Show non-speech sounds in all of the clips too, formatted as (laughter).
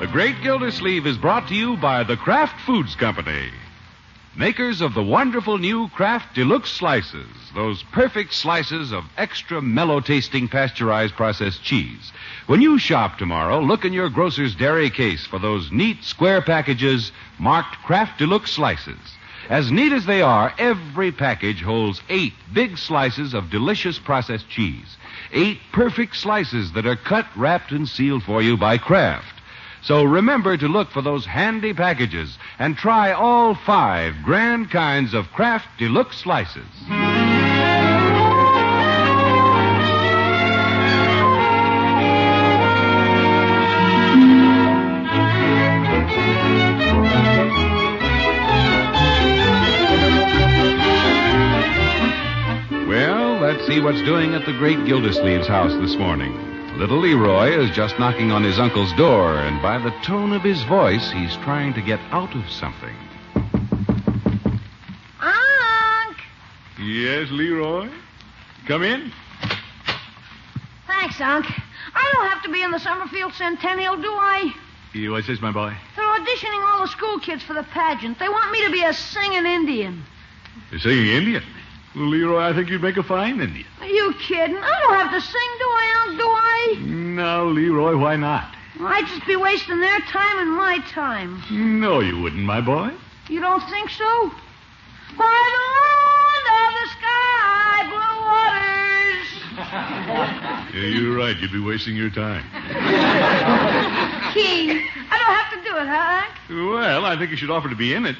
The Great Gildersleeve is brought to you by the Kraft Foods Company, makers of the wonderful new Kraft Deluxe Slices, those perfect slices of extra mellow tasting pasteurized processed cheese. When you shop tomorrow, look in your grocer's dairy case for those neat square packages marked Kraft Deluxe Slices. As neat as they are, every package holds eight big slices of delicious processed cheese. Eight perfect slices that are cut, wrapped, and sealed for you by Kraft. So remember to look for those handy packages and try all five grand kinds of Kraft Deluxe slices. Well, let's see what's doing at the great Gildersleeve's house this morning. Little Leroy is just knocking on his uncle's door, and by the tone of his voice, he's trying to get out of something. Unc! Yes, Leroy? Come in. Thanks, Unc. I don't have to be in the Summerfield Centennial, do I? What's this, my boy? They're auditioning all the school kids for the pageant. They want me to be a singing Indian. You're singing Indian. Leroy, I think you'd make a fine Indian. Are you kidding? I don't have to sing, do I, Unc? Do I? Now, Leroy, why not? I'd just be wasting their time and my time. No, you wouldn't, my boy. You don't think so? By the moon of the sky, blue waters. (laughs) you're right. You'd be wasting your time. Key. I don't have to do it, huh, Unc? Well, I think you should offer to be in it.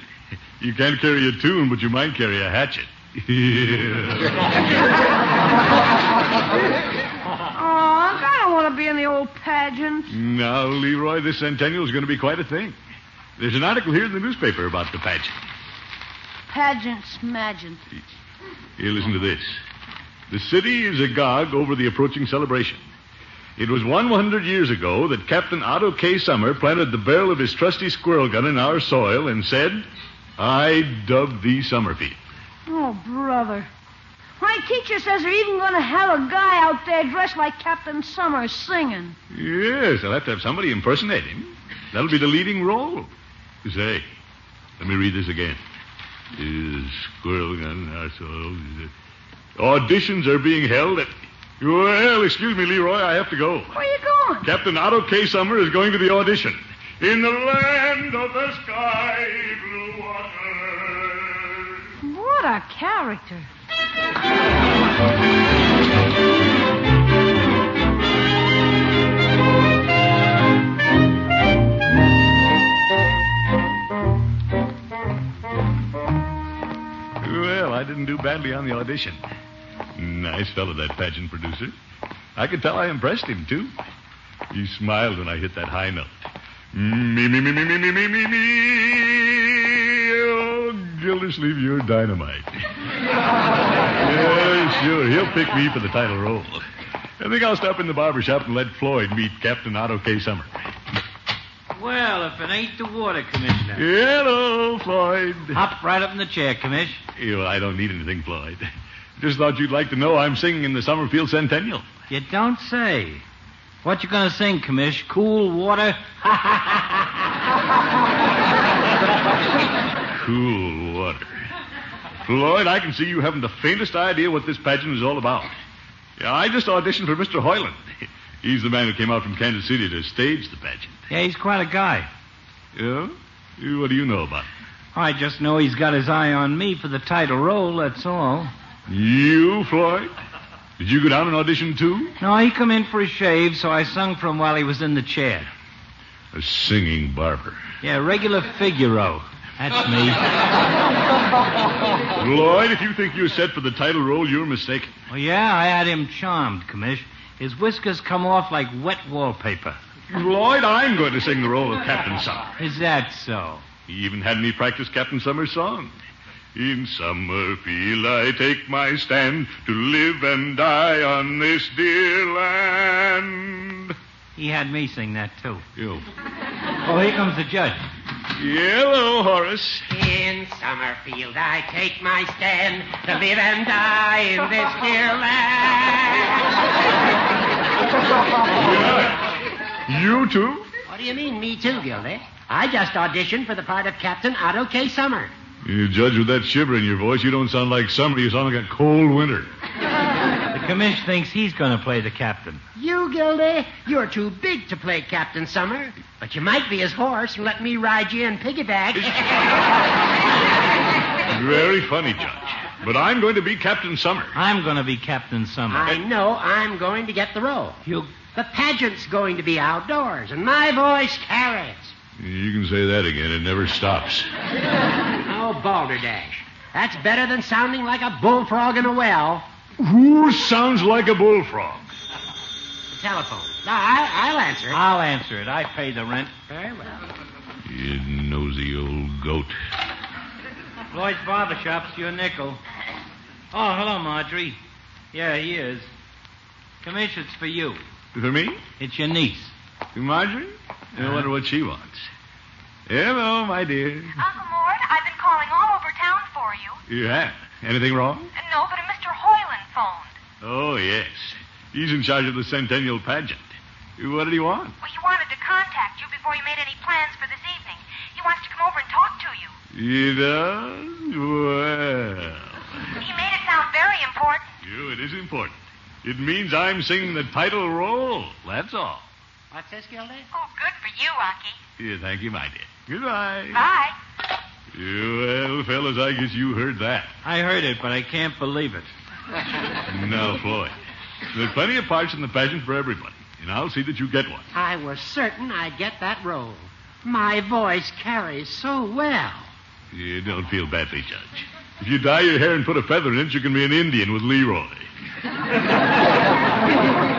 You can't carry a tune, but you might carry a hatchet. Oh, Unc, I don't want to be in the old pageant. now, Leroy, this centennial is going to be quite a thing. There's an article here in the newspaper about the pageant. Pageants, pageant. Here, listen to this. The city is agog over the approaching celebration. It was 100 years ago that Captain Otto K. Summer planted the barrel of his trusty squirrel gun in our soil and said, I dub thee Summerfield. Oh, brother. My teacher says they're even going to have a guy out there dressed like Captain Summers singing. Yes, I'll have to have somebody impersonate him. That'll be the leading role. Say, let me read this again. Is squirrel gun our soil? Is it- Auditions are being held at. Well, excuse me, Leroy, I have to go. Where are you going? Captain Otto K. Summer is going to the audition. In the land of the sky, blue water. What a character. Well, I didn't do badly on the audition. Nice fellow, that pageant producer. I could tell I impressed him, too. He smiled when I hit that high note. Me, me, me, me, me, me, me, me, me. Oh, Gildersleeve, you're dynamite. yeah, sure. He'll pick me for the title role. I think I'll stop in the barber shop and let Floyd meet Captain Otto K. Summer. Well, if it ain't the water commissioner. Hello, Floyd. Hop right up in the chair, Commish. You know, I don't need anything, Floyd. Just thought you'd like to know I'm singing in the Summerfield Centennial. You don't say. What you gonna sing, Commish? Cool water? Cool water. Floyd, I can see you haven't the faintest idea what this pageant is all about. Yeah, I just auditioned for Mr. Hoyland. (laughs) He's the man who came out from Kansas City to stage the pageant. yeah, he's quite a guy. Yeah? What do you know about him? I just know he's got his eye on me for the title role, that's all. You, Floyd? Did you go down and audition too? No, he come in for a shave, so I sung for him while he was in the chair. A singing barber. Yeah, regular oh. Figaro. That's (laughs) me. Floyd, if you think you're set for the title role, you're mistaken. Well, yeah, I had him charmed, Commish. His whiskers come off like wet wallpaper. Lloyd, I'm going to sing the role of Captain Summer. Is that so? He even had me practice Captain Summer's song. In summer field I take my stand to live and die on this dear land. He had me sing that, too. You. Oh, here comes the judge. Hello, Horace. In Summerfield I take my stand to live and die in this dear land. You too? What do you mean, me too, Gildy? I just auditioned for the part of Captain Otto K. Summer. You judge with that shiver in your voice, you don't sound like summer. You sound like a cold winter. The commish thinks he's going to play the captain. You, Gildy, you're too big to play Captain Summer, but you might be his horse and let me ride you in (laughs) piggyback. Very funny, Judge. But I'm going to be Captain Summer. I'm going to be Captain Summer. I know I'm going to get the role. You. The pageant's going to be outdoors, and my voice carries. You can say that again. It never stops. Oh, balderdash. That's better than sounding like a bullfrog in a well. Who sounds like a bullfrog? The telephone. No, I, I'll answer it. I'll answer it. I pay the rent. Very well. You nosy old goat. Lloyd's barber shop's your nickel. Oh, hello, Marjorie. Yeah, he is. Commish, it's for you. For me? It's your niece. For Marjorie? I wonder what she wants. Hello, my dear. Uncle Mort, I've been calling all over town for you. You have? Anything wrong? No, but a Mr. Hoyland phoned. Oh, yes. He's in charge of the Centennial pageant. What did he want? Well, he wanted to contact you before you made any plans for this evening. He wants to come over and talk to you. He does? Well. He made it sound very important. You, it is important. It means I'm singing the title role. That's all. What's this, Gildy? Oh, good for you, Aki. Yeah, thank you, my dear. Goodbye. Bye. Well, fellas, I guess you heard that. I heard it, but I can't believe it. Now, Floyd, there are plenty of parts in the pageant for everybody, and I'll see that you get one. I was certain I'd get that role. My voice carries so well. You don't feel badly, Judge. If you dye your hair and put a feather in it, you can be an Indian with Leroy. Well,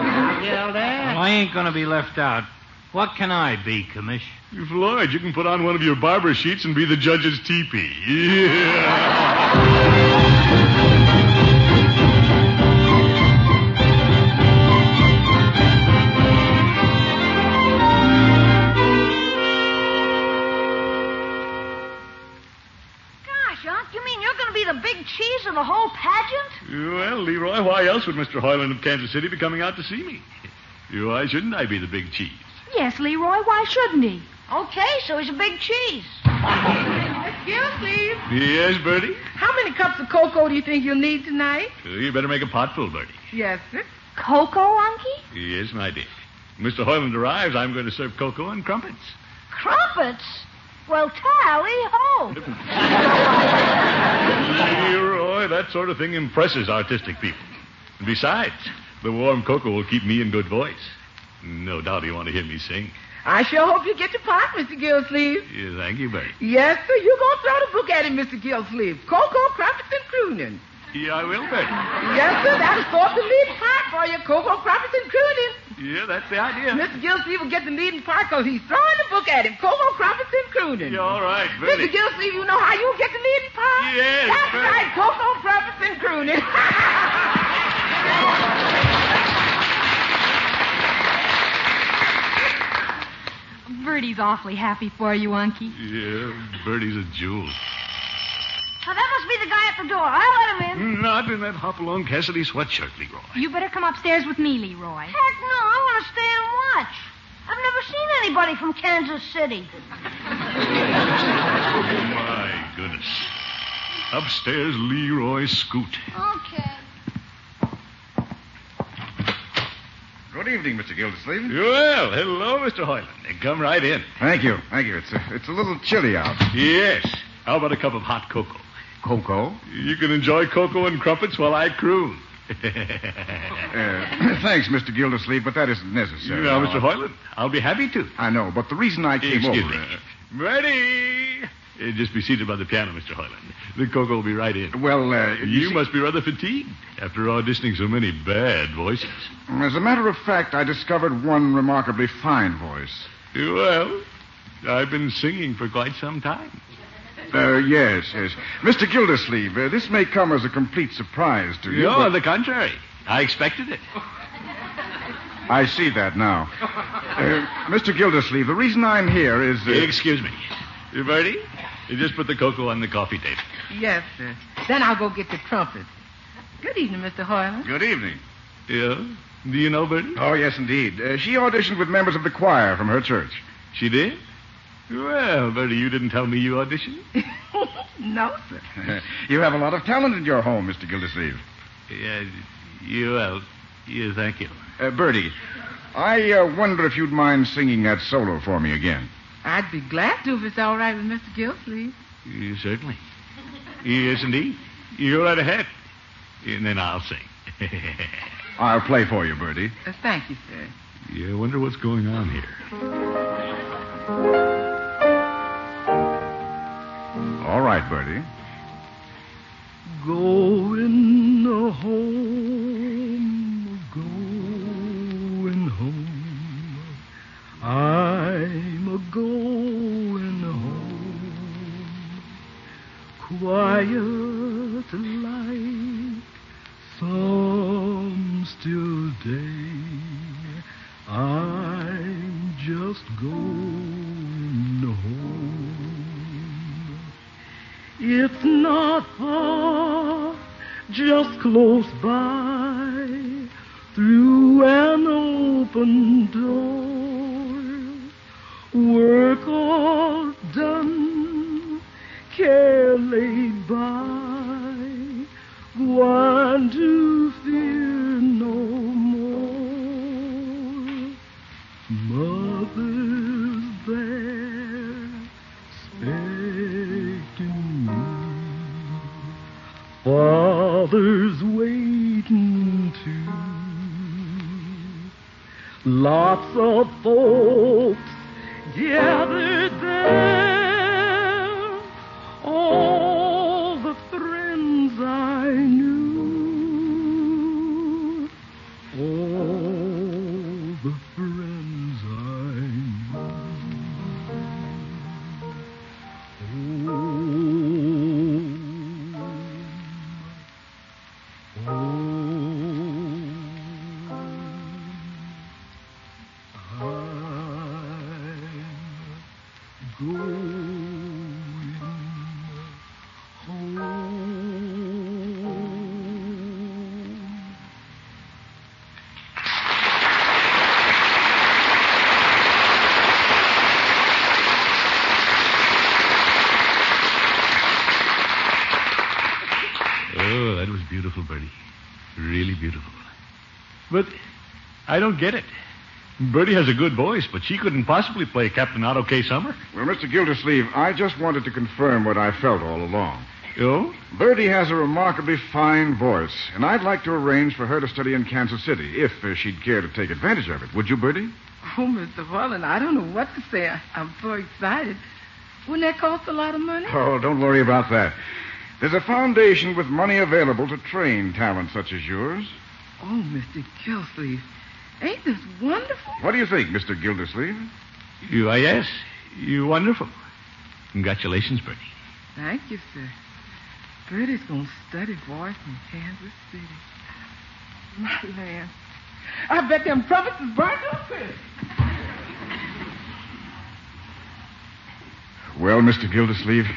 Gildy? I ain't going to be left out. What can I be, Commish? Floyd, you can put on one of your barber sheets and be the judge's teepee. Yeah. Gosh, Unc, you mean you're going to be the big cheese of the whole pageant? Well, Leroy, why else would Mr. Hoyland of Kansas City be coming out to see me? Why shouldn't I be the big cheese? Yes, Leroy, why shouldn't he? Okay, so he's a big cheese. Excuse me. Yes, Bertie? How many cups of cocoa do you think you'll need tonight? You better make a pot full, Bertie. Yes, sir. Cocoa, Unky? Yes, my dear. Mr. Hoyland arrives, I'm going to serve cocoa and crumpets. Crumpets? Well, tally (laughs) ho. Leroy, that sort of thing impresses artistic people. And besides, the warm cocoa will keep me in good voice. No doubt you want to hear me sing. I sure hope you get your pot, Mr. Gillsleeve. Yeah, thank you, Bertie. Yes, sir. You're going to throw the book at him, Mr. Gillsleeve. Cocoa, crumpets, and crooning. Yeah, I will, Bertie. Yes, sir. That is for the leading part for you. Cocoa, crumpets, and crooning. Yeah, that's the idea. Mr. Gillsleeve will get the leading part because he's throwing the book at him. Cocoa, crumpets, and crooning. Yeah, all right, Mr. Bertie. Gillsleeve, you know how you get the leading part? Yes, That's sir. right. Cocoa, crumpets, and crooning. (laughs) Bertie's awfully happy for you, Unky. Yeah, Bertie's a jewel. Now, that must be the guy at the door. I'll let him in. Not in that Hopalong Cassidy sweatshirt, Leroy. You better come upstairs with me, Leroy. Heck no, I'm going to stay and watch. I've never seen anybody from Kansas City. My goodness. Upstairs, Leroy Scoot. Okay. Good evening, Mr. Gildersleeve. Well, hello, Mr. Hoyland. Come right in. Thank you. Thank you. It's uh, a, it's a little chilly out. Yes. How about a cup of hot cocoa? Cocoa? You can enjoy cocoa and crumpets while I croon. (laughs) (laughs) Uh, (clears throat) thanks, Mr. Gildersleeve, but that isn't necessary. now, Mr. Hoyland, I'll be happy to. I know, but the reason I came Excuse over... me. Ready? Uh, just be seated by the piano, Mr. Hoyland. The Coco will be right in. Well, uh, you, must be rather fatigued after auditioning so many bad voices. As a matter of fact, I discovered one remarkably fine voice. Well, I've been singing for quite some time. Uh, yes, yes. Mr. Gildersleeve, uh, this may come as a complete surprise to you. No, but- on the contrary. I expected it. I see that now. Uh, Mr. Gildersleeve, the reason I'm here is. Uh, Excuse me. Bertie, you just put the cocoa on the coffee table. Yes, sir. Then I'll go get the trumpet. Good evening, Mr. Hoyland. Good evening. Yeah? Do you know Bertie? Oh, yes, indeed. Uh, she auditioned with members of the choir from her church. She did? Well, Bertie, you didn't tell me you auditioned. (laughs) No, sir. (laughs) you have a lot of talent in your home, Mr. Gildersleeve. Yeah, you, well, yeah, thank you. Uh, Bertie, I uh, wonder if you'd mind singing that solo for me again. I'd be glad to if it's all right with Mr. Gildersleeve. Yeah, certainly. Yes, indeed. You go right ahead. And then I'll sing. (laughs) I'll play for you, Bertie. Uh, thank you, sir. yeah, I wonder what's going on here. All right, Bertie. Going home, going home. I'm a going home. Quiet like some still day. I'm just going home. It's not far, just close by, through an open door. Work all done, care laid by, one to fear no more. Mother's there, expecting me. Father's waiting too. Lots of folks gathered there. All the friends I knew. All the friends I knew. Home. (laughs) Home. I'm going home. Oh, that was beautiful, Bertie. Really beautiful. But I don't get it. Bertie has a good voice, but she couldn't possibly play Captain Otto K. Summer. Well, Mr. Gildersleeve, I just wanted to confirm what I felt all along. Oh? Bertie has a remarkably fine voice, and I'd like to arrange for her to study in Kansas City if uh, she'd care to take advantage of it. Would you, Bertie? Oh, Mr. Hoyland, I don't know what to say. I- I'm so excited. Wouldn't that cost a lot of money? Oh, don't worry about that. There's a foundation with money available to train talent such as yours. Oh, Mr. Gildersleeve, ain't this wonderful? What do you think, Mr. Gildersleeve? You, uh, yes. You wonderful. Congratulations, Bertie. Thank you, sir. Bertie's going to study voice in Kansas City. My land. I bet them trumpets is burnt up quick. Well, Mr. Gildersleeve,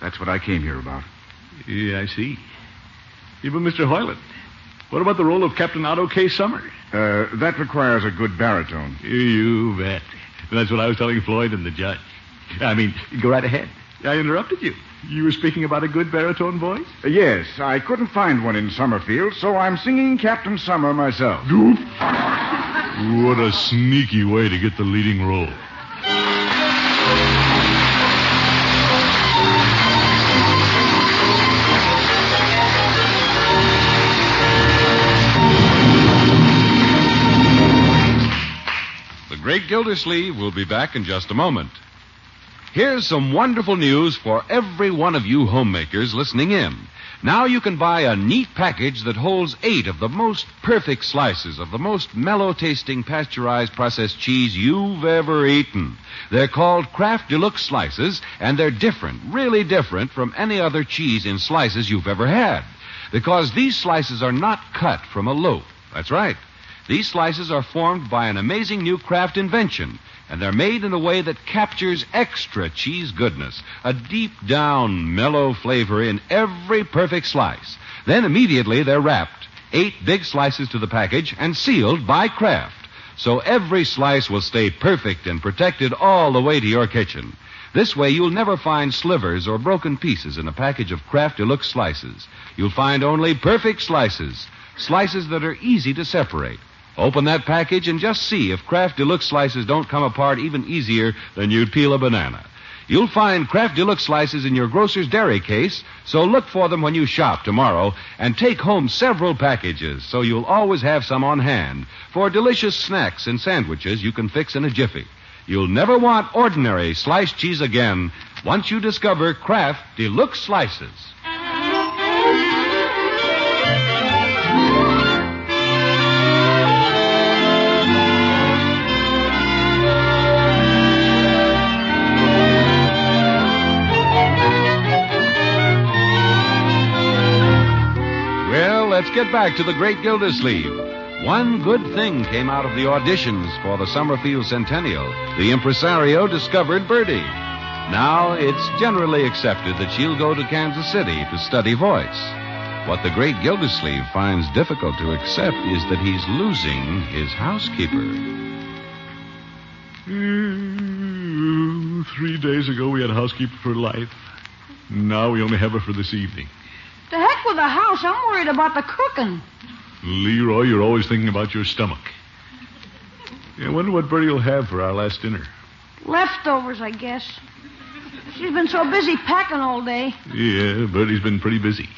that's what I came here about. Yeah, I see. Yeah, but Mr. Hoyland, what about the role of Captain Otto K. Summer? Uh, that requires a good baritone. You bet. That's what I was telling Floyd and the judge. I mean, go right ahead. I interrupted you. You were speaking about a good baritone voice? Uh, Yes, I couldn't find one in Summerfield, so I'm singing Captain Summer myself. What a sneaky way to get the leading role. The Great Gildersleeve will be back in just a moment. Here's some wonderful news for every one of you homemakers listening in. Now you can buy a neat package that holds eight of the most perfect slices of the most mellow tasting pasteurized processed cheese you've ever eaten. They're called Kraft Deluxe Slices, and they're different, really different from any other cheese in slices you've ever had. Because these slices are not cut from a loaf. That's right. These slices are formed by an amazing new craft invention, and they're made in a way that captures extra cheese goodness, a deep down, mellow flavor in every perfect slice. Then immediately they're wrapped, eight big slices to the package, and sealed by Kraft. So every slice will stay perfect and protected all the way to your kitchen. This way, you'll never find slivers or broken pieces in a package of Kraft Deluxe slices. You'll find only perfect slices, slices that are easy to separate. Open that package and just see if Kraft Deluxe slices don't come apart even easier than you'd peel a banana. You'll find Kraft Deluxe slices in your grocer's dairy case, so look for them when you shop tomorrow and take home several packages so you'll always have some on hand for delicious snacks and sandwiches you can fix in a jiffy. You'll never want ordinary sliced cheese again once you discover Kraft Deluxe Slices. Well, let's get back to the great Gildersleeve. One good thing came out of the auditions for the Summerfield Centennial. The impresario discovered Birdie. Now it's generally accepted that she'll go to Kansas City to study voice. What the great Gildersleeve finds difficult to accept is that he's losing his housekeeper. Ooh, Three days ago, we had a housekeeper for life. Now we only have her for this evening. The heck with the house. I'm worried about the cooking. Leroy, you're always thinking about your stomach. I wonder what Bertie will have for our last dinner. Leftovers, I guess. She's been so busy packing all day. Yeah, Bertie's been pretty busy.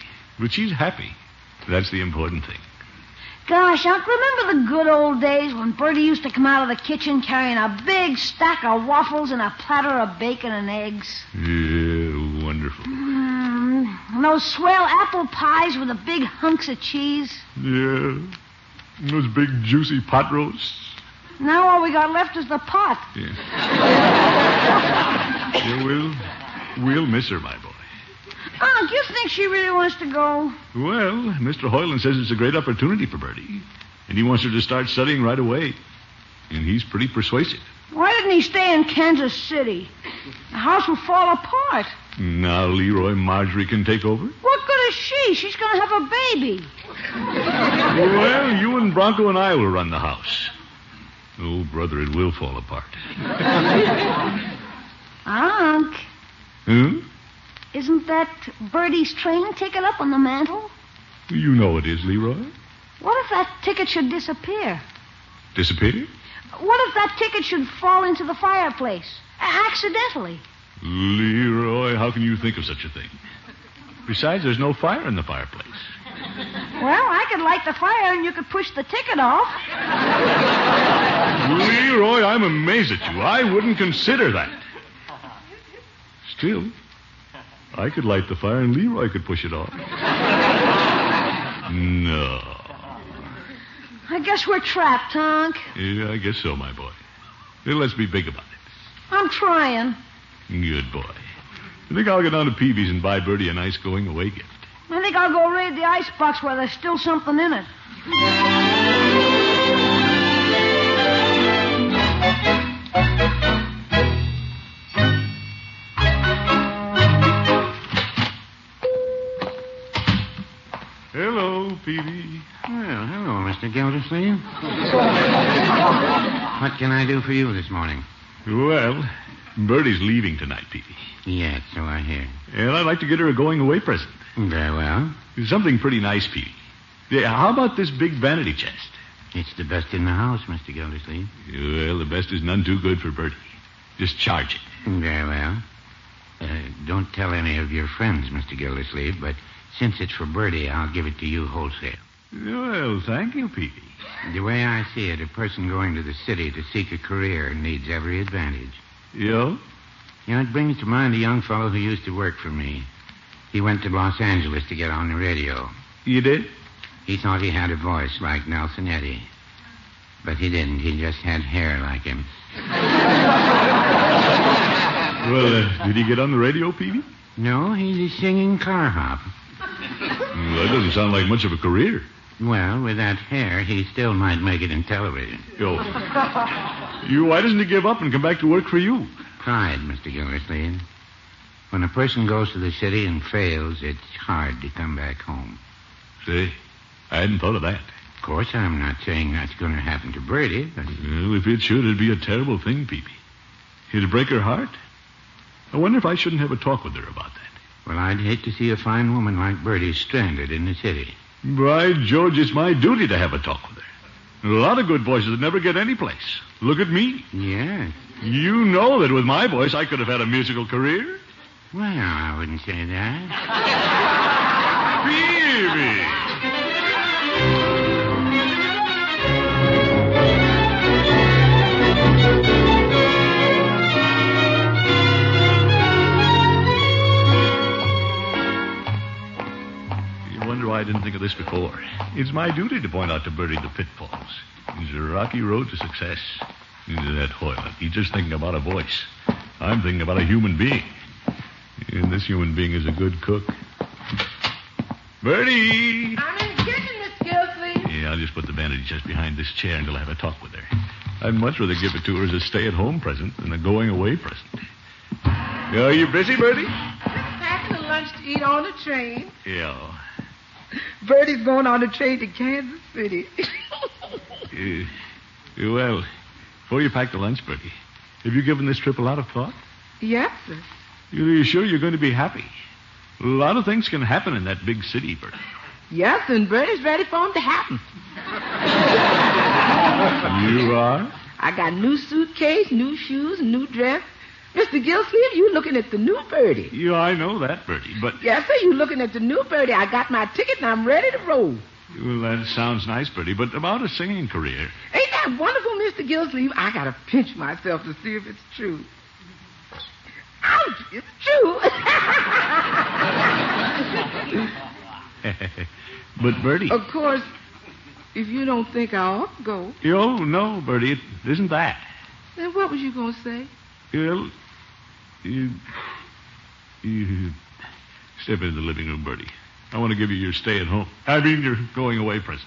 But she's happy. That's the important thing. Gosh, Unc, remember the good old days when Bertie used to come out of the kitchen carrying a big stack of waffles and a platter of bacon and eggs? Yeah, wonderful. Mm, and those swell apple pies with the big hunks of cheese. Yeah. And Those big juicy pot roasts. Now all we got left is the pot. Yeah, we'll, we'll miss her, my boy. Unc, you think she really wants to go? Well, Mr. Hoyland says it's a great opportunity for Bertie, and he wants her to start studying right away. And he's pretty persuasive. Why didn't he stay in Kansas City? The house will fall apart. Now, Leroy, Marjorie can take over. What good is she? She's going to have a baby. Well, you and Bronco and I will run the house. Oh, brother, it will fall apart. Unc, Hmm? isn't that Bertie's train ticket up on the mantel? You know it is, Leroy. What if that ticket should disappear? Disappear? What if that ticket should fall into the fireplace? A- accidentally. Leroy, how can you think of such a thing? Besides, there's no fire in the fireplace. Well, I could light the fire and you could push the ticket off. Leroy, I'm amazed at you. I wouldn't consider that. Still, I could light the fire and Leroy could push it off. No. I guess we're trapped, Unc. Yeah, I guess so, my boy. Then Let's be big about I'm trying. it. Good boy. I think I'll go down to Peavy's and buy Bertie a nice going away gift. I think I'll go raid the icebox where there's still something in it. Hello, Peavy. Well, hello, Mr. Gildersleeve. What can I do for you this morning? Well, Bertie's leaving tonight, Peavy. Yes, so I hear. And I'd like to get her a going away present. Very well. Something pretty nice, Peavy. Yeah, how about this big vanity chest? It's the best in the house, Mr. Gildersleeve. Well, the best is none too good for Bertie. Just charge it. Very well. Uh, don't tell any of your friends, Mr. Gildersleeve, but since it's for Bertie, I'll give it to you wholesale. Well, thank you, Peavy. The way I see it, a person going to the city to seek a career needs every advantage. Yeah? You know, it brings to mind a young fellow who used to work for me. He went to Los Angeles to get on the radio. You did? He thought he had a voice like Nelson Eddy. But he didn't. He just had hair like him. Well, uh, did he get on the radio, Peavy? No, he's a singing car hop. Well, that doesn't sound like much of a career. Well, with that hair, he still might make it in television. Yo. You, why doesn't he give up and come back to work for you? Pride, Mr. Gildersleeve. When a person goes to the city and fails, it's hard to come back home. See, I hadn't thought of that. Of course, I'm not saying that's going to happen to Bertie, but Well, if it should, it'd be a terrible thing, Peavy. It'd break her heart. I wonder if I shouldn't have a talk with her about that. well, I'd hate to see a fine woman like Bertie stranded in the city. By George, it's my duty to have a talk with her. There are A lot of good voices that never get any place. Look at me. Yes. You know that with my voice, I could have had a musical career. Well, I wouldn't say that. Peavy! You wonder why I didn't think of this before. It's my duty to point out to Bertie the pitfalls. It's a rocky road to success. Into that toilet. He's just thinking about a voice. I'm thinking about a human being. And this human being is a good cook. Bertie! I'm in the kitchen, Miss Gilsey. Yeah, I'll just put the bandage just behind this chair until I have a talk with her. I'd much rather give it to her as a stay at home present than a going away present. Are you busy, Bertie? Packing the lunch to eat on the train. Yeah. Bertie's going on the train to Kansas City. (laughs) Uh, well, before you pack the lunch, Bertie, have you given this trip a lot of thought? yes, sir. Are you sure you're going to be happy? A lot of things can happen in that big city, Bertie. Yes, and Bertie's ready for 'em to happen. You are? I got new suitcase, new shoes, new dress. Mr. Gilsleeve, you looking at the new Bertie. Yeah, I know that, Bertie, but. Yes, sir, you looking at the new Bertie. I got my ticket and I'm ready to roll. Well, that sounds nice, Bertie, but about a singing career. (laughs) Ain't that wonderful, Mr. Gilsleeve? I gotta pinch myself to see if it's true. Ouch, it's true. but, Bertie. of course, if you don't think I ought to go, Oh, no, Bertie, it isn't that. then what was you gonna say? Well, you, you step into the living room, Bertie. I want to give you your stay at home. I mean, your going away present.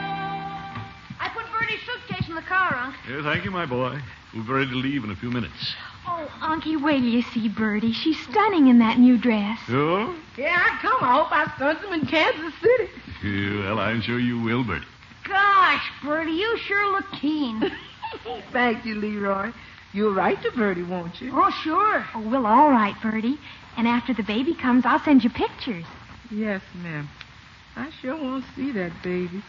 I put Bertie's suitcase in the car, Unc. Yeah, thank you, my boy. We're ready to leave in a few minutes. Oh, Unky, wait till you see Bertie. She's stunning in that new dress. Oh? Yeah, I come. I hope I stunned him in Kansas City. Yeah, Well, I'm sure you will, Bertie. Gosh, Bertie, you sure look keen. Thank you, Leroy. You'll write to Bertie, won't you? Oh, sure. Oh, well, all right, Bertie. And after the baby comes, I'll send you pictures. Yes, ma'am. I sure want to see that baby.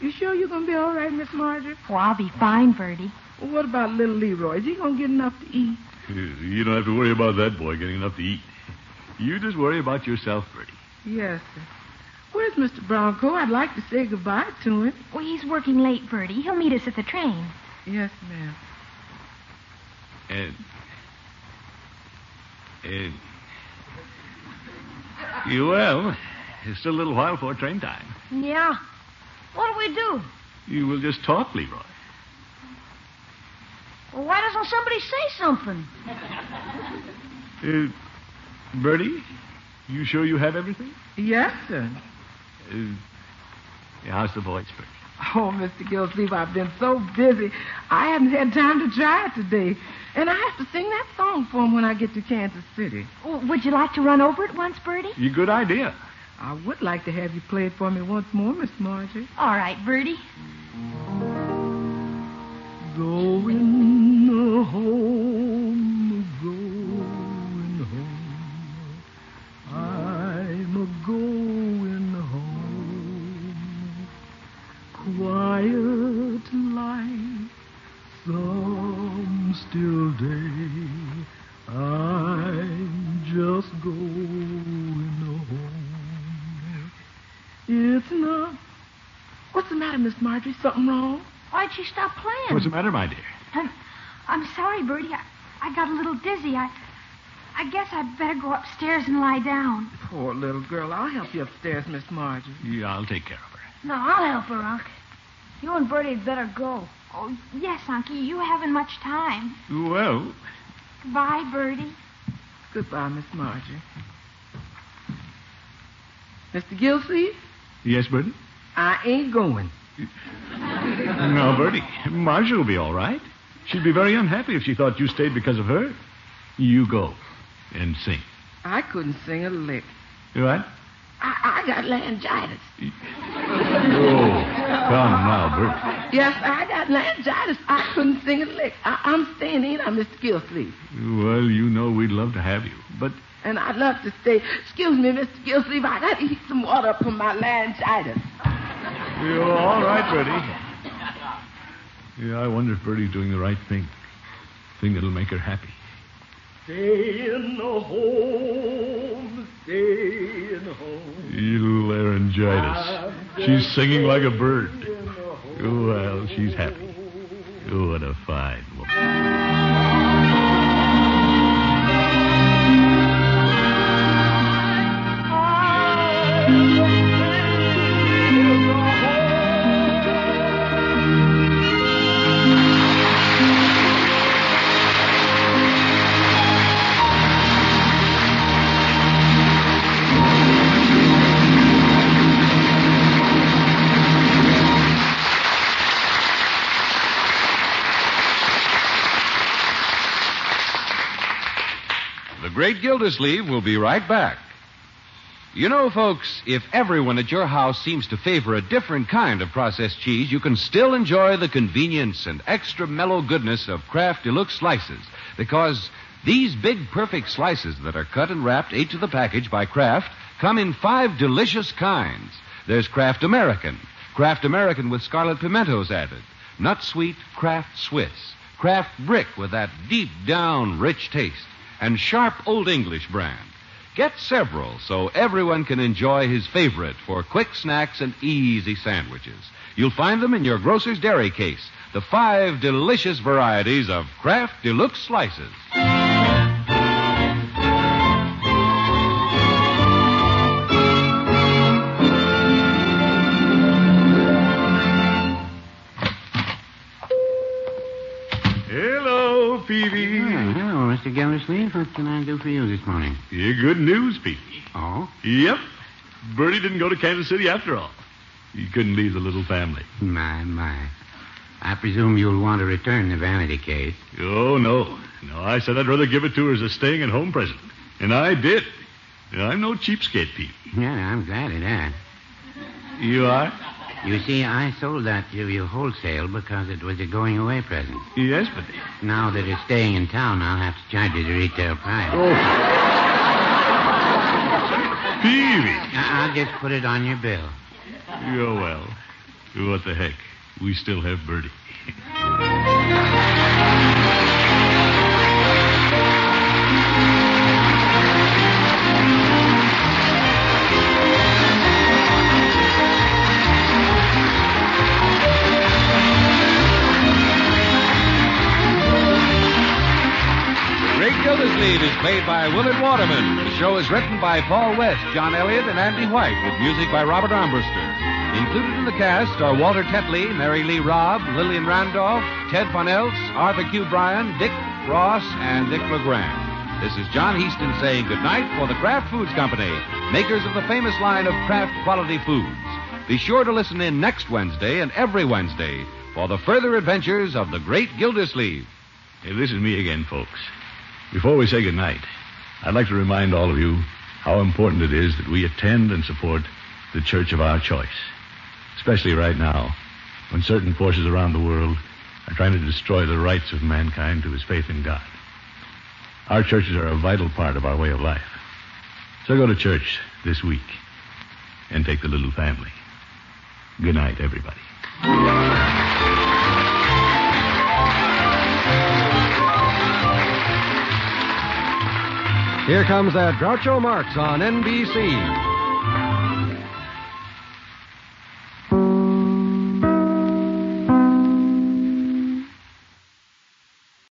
You sure you're gonna be all right, Miss Marjorie? Well, I'll be fine, Bertie. Well, what about little Leroy? Is he gonna get enough to eat? You don't have to worry about that boy getting enough to eat. You just worry about yourself, Bertie. Yes, sir. Where's Mr. Bronco? I'd like to say goodbye to him. Well, he's working late, Bertie. He'll meet us at the train. Yes, ma'am. And. And. You well, it's still a little while before train time. Yeah. What do we do? You will just talk, Leroy. Well, why doesn't somebody say something? (laughs) Uh, Bertie, you sure you have everything? Yes, sir. Uh, yeah, how's the voice, Bertie? Oh, Mr. Gillespie, I've been so busy. I haven't had time to try it today. And I have to sing that song for him when I get to Kansas City. Oh, would you like to run over it once, Bertie? You good idea. I would like to have you play it for me once more, Miss Marjorie. All right, Bertie. Going home, going home. I'm a going home. Quiet life, some still day. I'm just going home. It's not. What's the matter, Miss Marjorie? Something wrong? Why'd she stop playing? What's the matter, my dear? I'm, I'm sorry, Bertie. I, I got a little dizzy. I, I guess I'd better go upstairs and lie down. Poor little girl. I'll help you upstairs, Miss Marjorie. Yeah, I'll take care of her. No, I'll help her, Unc. You and Bertie had better go. Oh, yes, Unky, you haven't much time. Well, Goodbye, Bertie. Goodbye, Miss Marjorie. Mr. Gilsey, yes, Bertie? I ain't going. No, Bertie. Marjorie will be all right. She'd be very unhappy if she thought you stayed because of her. You go and sing. I couldn't sing a lick. What? I, I got laryngitis. Oh, Come now, Bertie. Yes, I got laryngitis. I couldn't sing a lick. I, I'm staying in on Mr. Gilsey. Well, you know we'd love to have you, but And I'd love to stay. Excuse me, Mr. Gilsey, I gotta eat some water up for my laryngitis. you're all right, Bertie. Yeah, I wonder if Bertie's doing the right thing. Thing that'll make her happy. Stay in the home, stay in the home. You laryngitis. She's singing like a bird. Well, she's happy. What a fine woman. The Great Gildersleeve will be right back. You know, folks, if everyone at your house seems to favor a different kind of processed cheese, you can still enjoy the convenience and extra mellow goodness of Kraft Deluxe slices because these big, perfect slices that are cut and wrapped eight to the package by Kraft come in five delicious kinds. There's Kraft American, Kraft American with scarlet pimentos added, Nut Sweet, Kraft Swiss, Kraft Brick with that deep down, rich taste and sharp Old English brand. Get several so everyone can enjoy his favorite for quick snacks and easy sandwiches. You'll find them in your grocer's dairy case, the five delicious varieties of Kraft Deluxe slices. Hello, Peavy. hello, Mr. Gildersleeve. What can I do for you this morning? Yeah, good news, Peavy. Oh? Yep. Bertie didn't go to Kansas City after all. He couldn't leave the little family. My, my. I presume you'll want to return the vanity case. Oh, no. No, I said I'd rather give it to her as a staying at home present. And I did. And I'm no cheapskate, Pete. Yeah, I'm glad of that. You are? You see, I sold that to you wholesale because it was a going away present. Yes, but. Now that it's staying in town, I'll have to charge you the retail price. Peavy! I- I'll just put it on your bill. Oh, well. What the heck? We still have Bertie. Great Gildersleeve is played by Willard Waterman. The show is written by Paul West, John Elliott, and Andy White, with music by Robert Armbruster. Included in the cast are Walter Tetley, Mary Lee Robb, Lillian Randolph, Ted Von Els, Arthur Q. Bryan, Dick Ross, and Dick LeGrand. This is John Heaston saying goodnight for the Kraft Foods Company, makers of the famous line of Kraft quality foods. Be sure to listen in next Wednesday and every Wednesday for the further adventures of the Great Gildersleeve. Hey, this is me again, folks. Before we say goodnight, I'd like to remind all of you how important it is that we attend and support the church of our choice, especially right now when certain forces around the world are trying to destroy the rights of mankind to his faith in God. Our churches are a vital part of our way of life. So go to church this week and take the little family. Good night, everybody. Here comes that Groucho Marx on NBC.